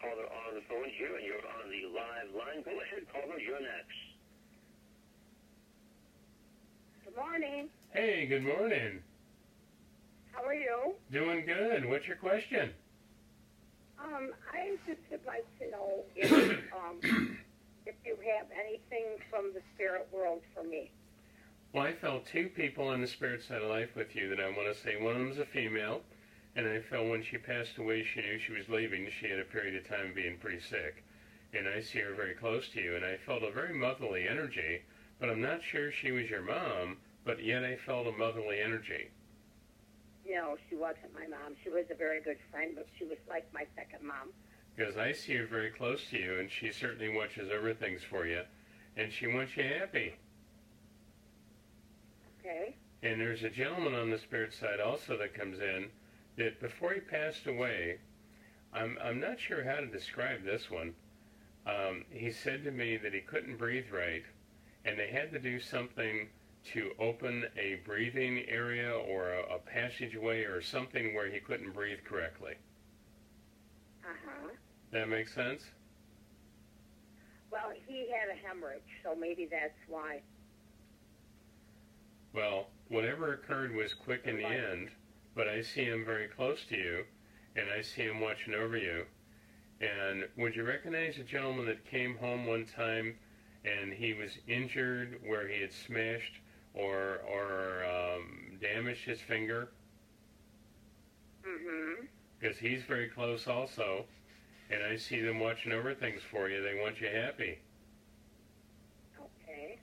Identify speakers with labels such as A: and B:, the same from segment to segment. A: caller on the phone here, and you're on the live line. Go ahead, caller. You're next.
B: Good morning.
C: Hey, good morning.
B: How are you?
C: Doing good. What's your question?
B: Um, I just would like to know if, um, if you have anything from the spirit world for me.
C: Well, I felt two people in the spirit side of life with you that I want to say. One of them's a female, and I felt when she passed away, she knew she was leaving. She had a period of time being pretty sick, and I see her very close to you, and I felt a very motherly energy, but I'm not sure she was your mom, but yet I felt a motherly energy.
B: No, she wasn't my mom. She was a very good friend, but she was like my second mom.
C: Because I see her very close to you, and she certainly watches over things for you, and she wants you happy.
B: Okay.
C: And there's a gentleman on the spirit side also that comes in that before he passed away, I'm, I'm not sure how to describe this one. Um, he said to me that he couldn't breathe right, and they had to do something to open a breathing area or a, a passageway or something where he couldn't breathe correctly.
B: Uh huh.
C: That makes sense?
B: Well, he had a hemorrhage, so maybe that's why.
C: Well, whatever occurred was quick in the
B: Right.
C: end, but I see him very close to you, and I see him watching over you. And would you recognize a gentleman that came home one time, and he was injured where he had smashed or or um, damaged his finger?
B: Mm hmm.
C: Because he's very close also, and I see them watching over things for you. They want you happy.
B: Okay.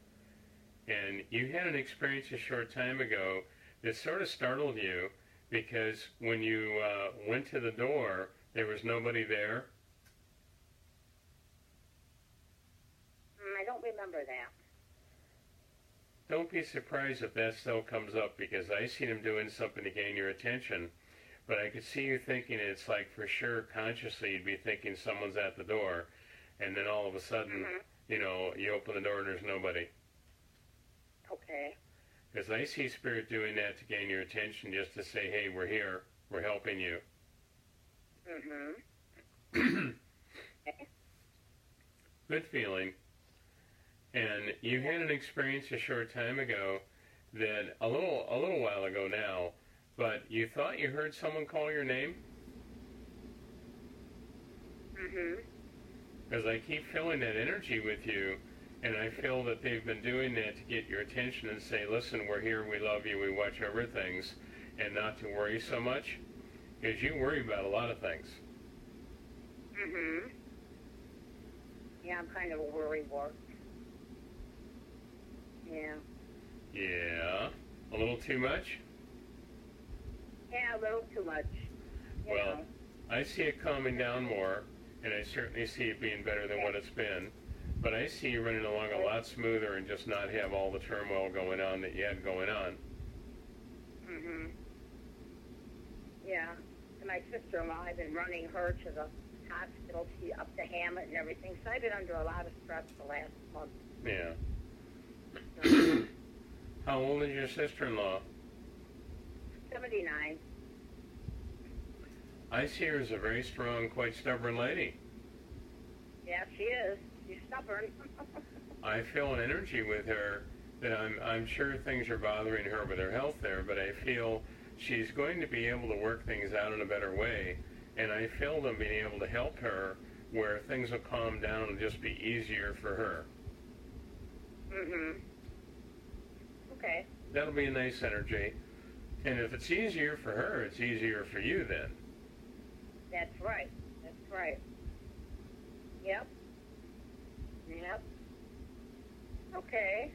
C: and you had an experience a short time ago that sort of startled you because when you uh, went to the door, there was nobody there.
B: Mm, I don't remember that.
C: Don't be surprised if that still comes up because I seen him doing something to gain your attention, but I could see you thinking it's like for sure consciously you'd be thinking someone's at the door, and then all of a sudden,
B: Mhm.
C: you know, you open the door and there's nobody.
B: Okay.
C: Because I see spirit doing that to gain your attention just to say, hey, we're here, we're helping you.
B: Mm hmm.
C: good feeling. And you had an experience a short time ago that a little a little while ago now, but you thought you heard someone call your name
B: Mm hmm.
C: because I keep feeling that energy with you, and I feel that they've been doing that to get your attention and say, listen, we're here, we love you, we watch over things, and not to worry so much because you worry about a lot of things.
B: Mm hmm. Yeah, I'm kind of a worry wart. Yeah.
C: Yeah, a little too much.
B: Yeah, a little too much. You
C: Well,
B: know.
C: I see it calming down more, and I certainly see it being better than what it's been. But I see you running along a lot smoother and just not have all the turmoil going on that you had going on.
B: hmm Yeah. And my sister-in-law, I've been running her to the hospital, she up to Hammett and everything. So I've been under a lot of stress the last month.
C: Yeah.
B: So,
C: How old is your sister-in-law?
B: 79.
C: I see her as a very strong, quite stubborn lady.
B: Yeah, she is. She's stubborn.
C: I feel an energy with her that I'm, I'm sure things are bothering her with her health there, but I feel she's going to be able to work things out in a better way. And I feel them being able to help her where things will calm down and just be easier for her.
B: mm-hmm. Okay.
C: That'll be a nice energy. And if it's easier for her, it's easier for you then.
B: That's right. That's right. Yep. Yep. Okay.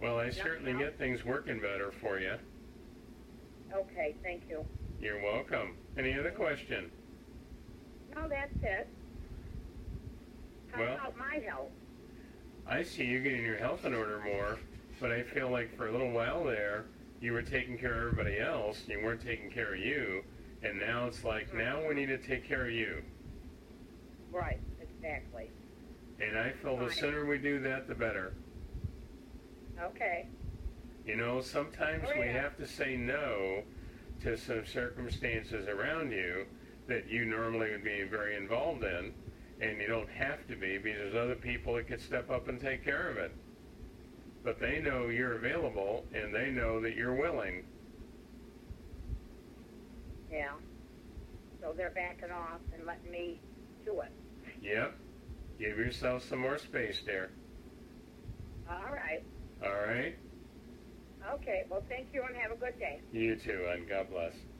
C: Well, I
B: Yeah,
C: certainly
B: yeah.
C: get things working better for you.
B: Okay. Thank you.
C: You're welcome. Any other question?
B: No, that's it. How
C: Well-
B: about my health?
C: I see you getting your health in order more, but I feel like for a little while there, you were taking care of everybody else, and you weren't taking care of you, and now it's like, now we need to take care of you.
B: Right. Exactly.
C: And I feel the
B: Right.
C: sooner we do that, the better.
B: Okay.
C: You know, sometimes
B: Oh,
C: we
B: yeah.
C: have to say no to some circumstances around you that you normally would be very involved in, and you don't have to be because there's other people that could step up and take care of it. But they know you're available, and they know that you're willing.
B: Yeah. So they're backing off and letting me do it.
C: Yep. Give yourself some more space there.
B: All right.
C: All right.
B: Okay. Well, thank you and have a good day.
C: You too, and God bless.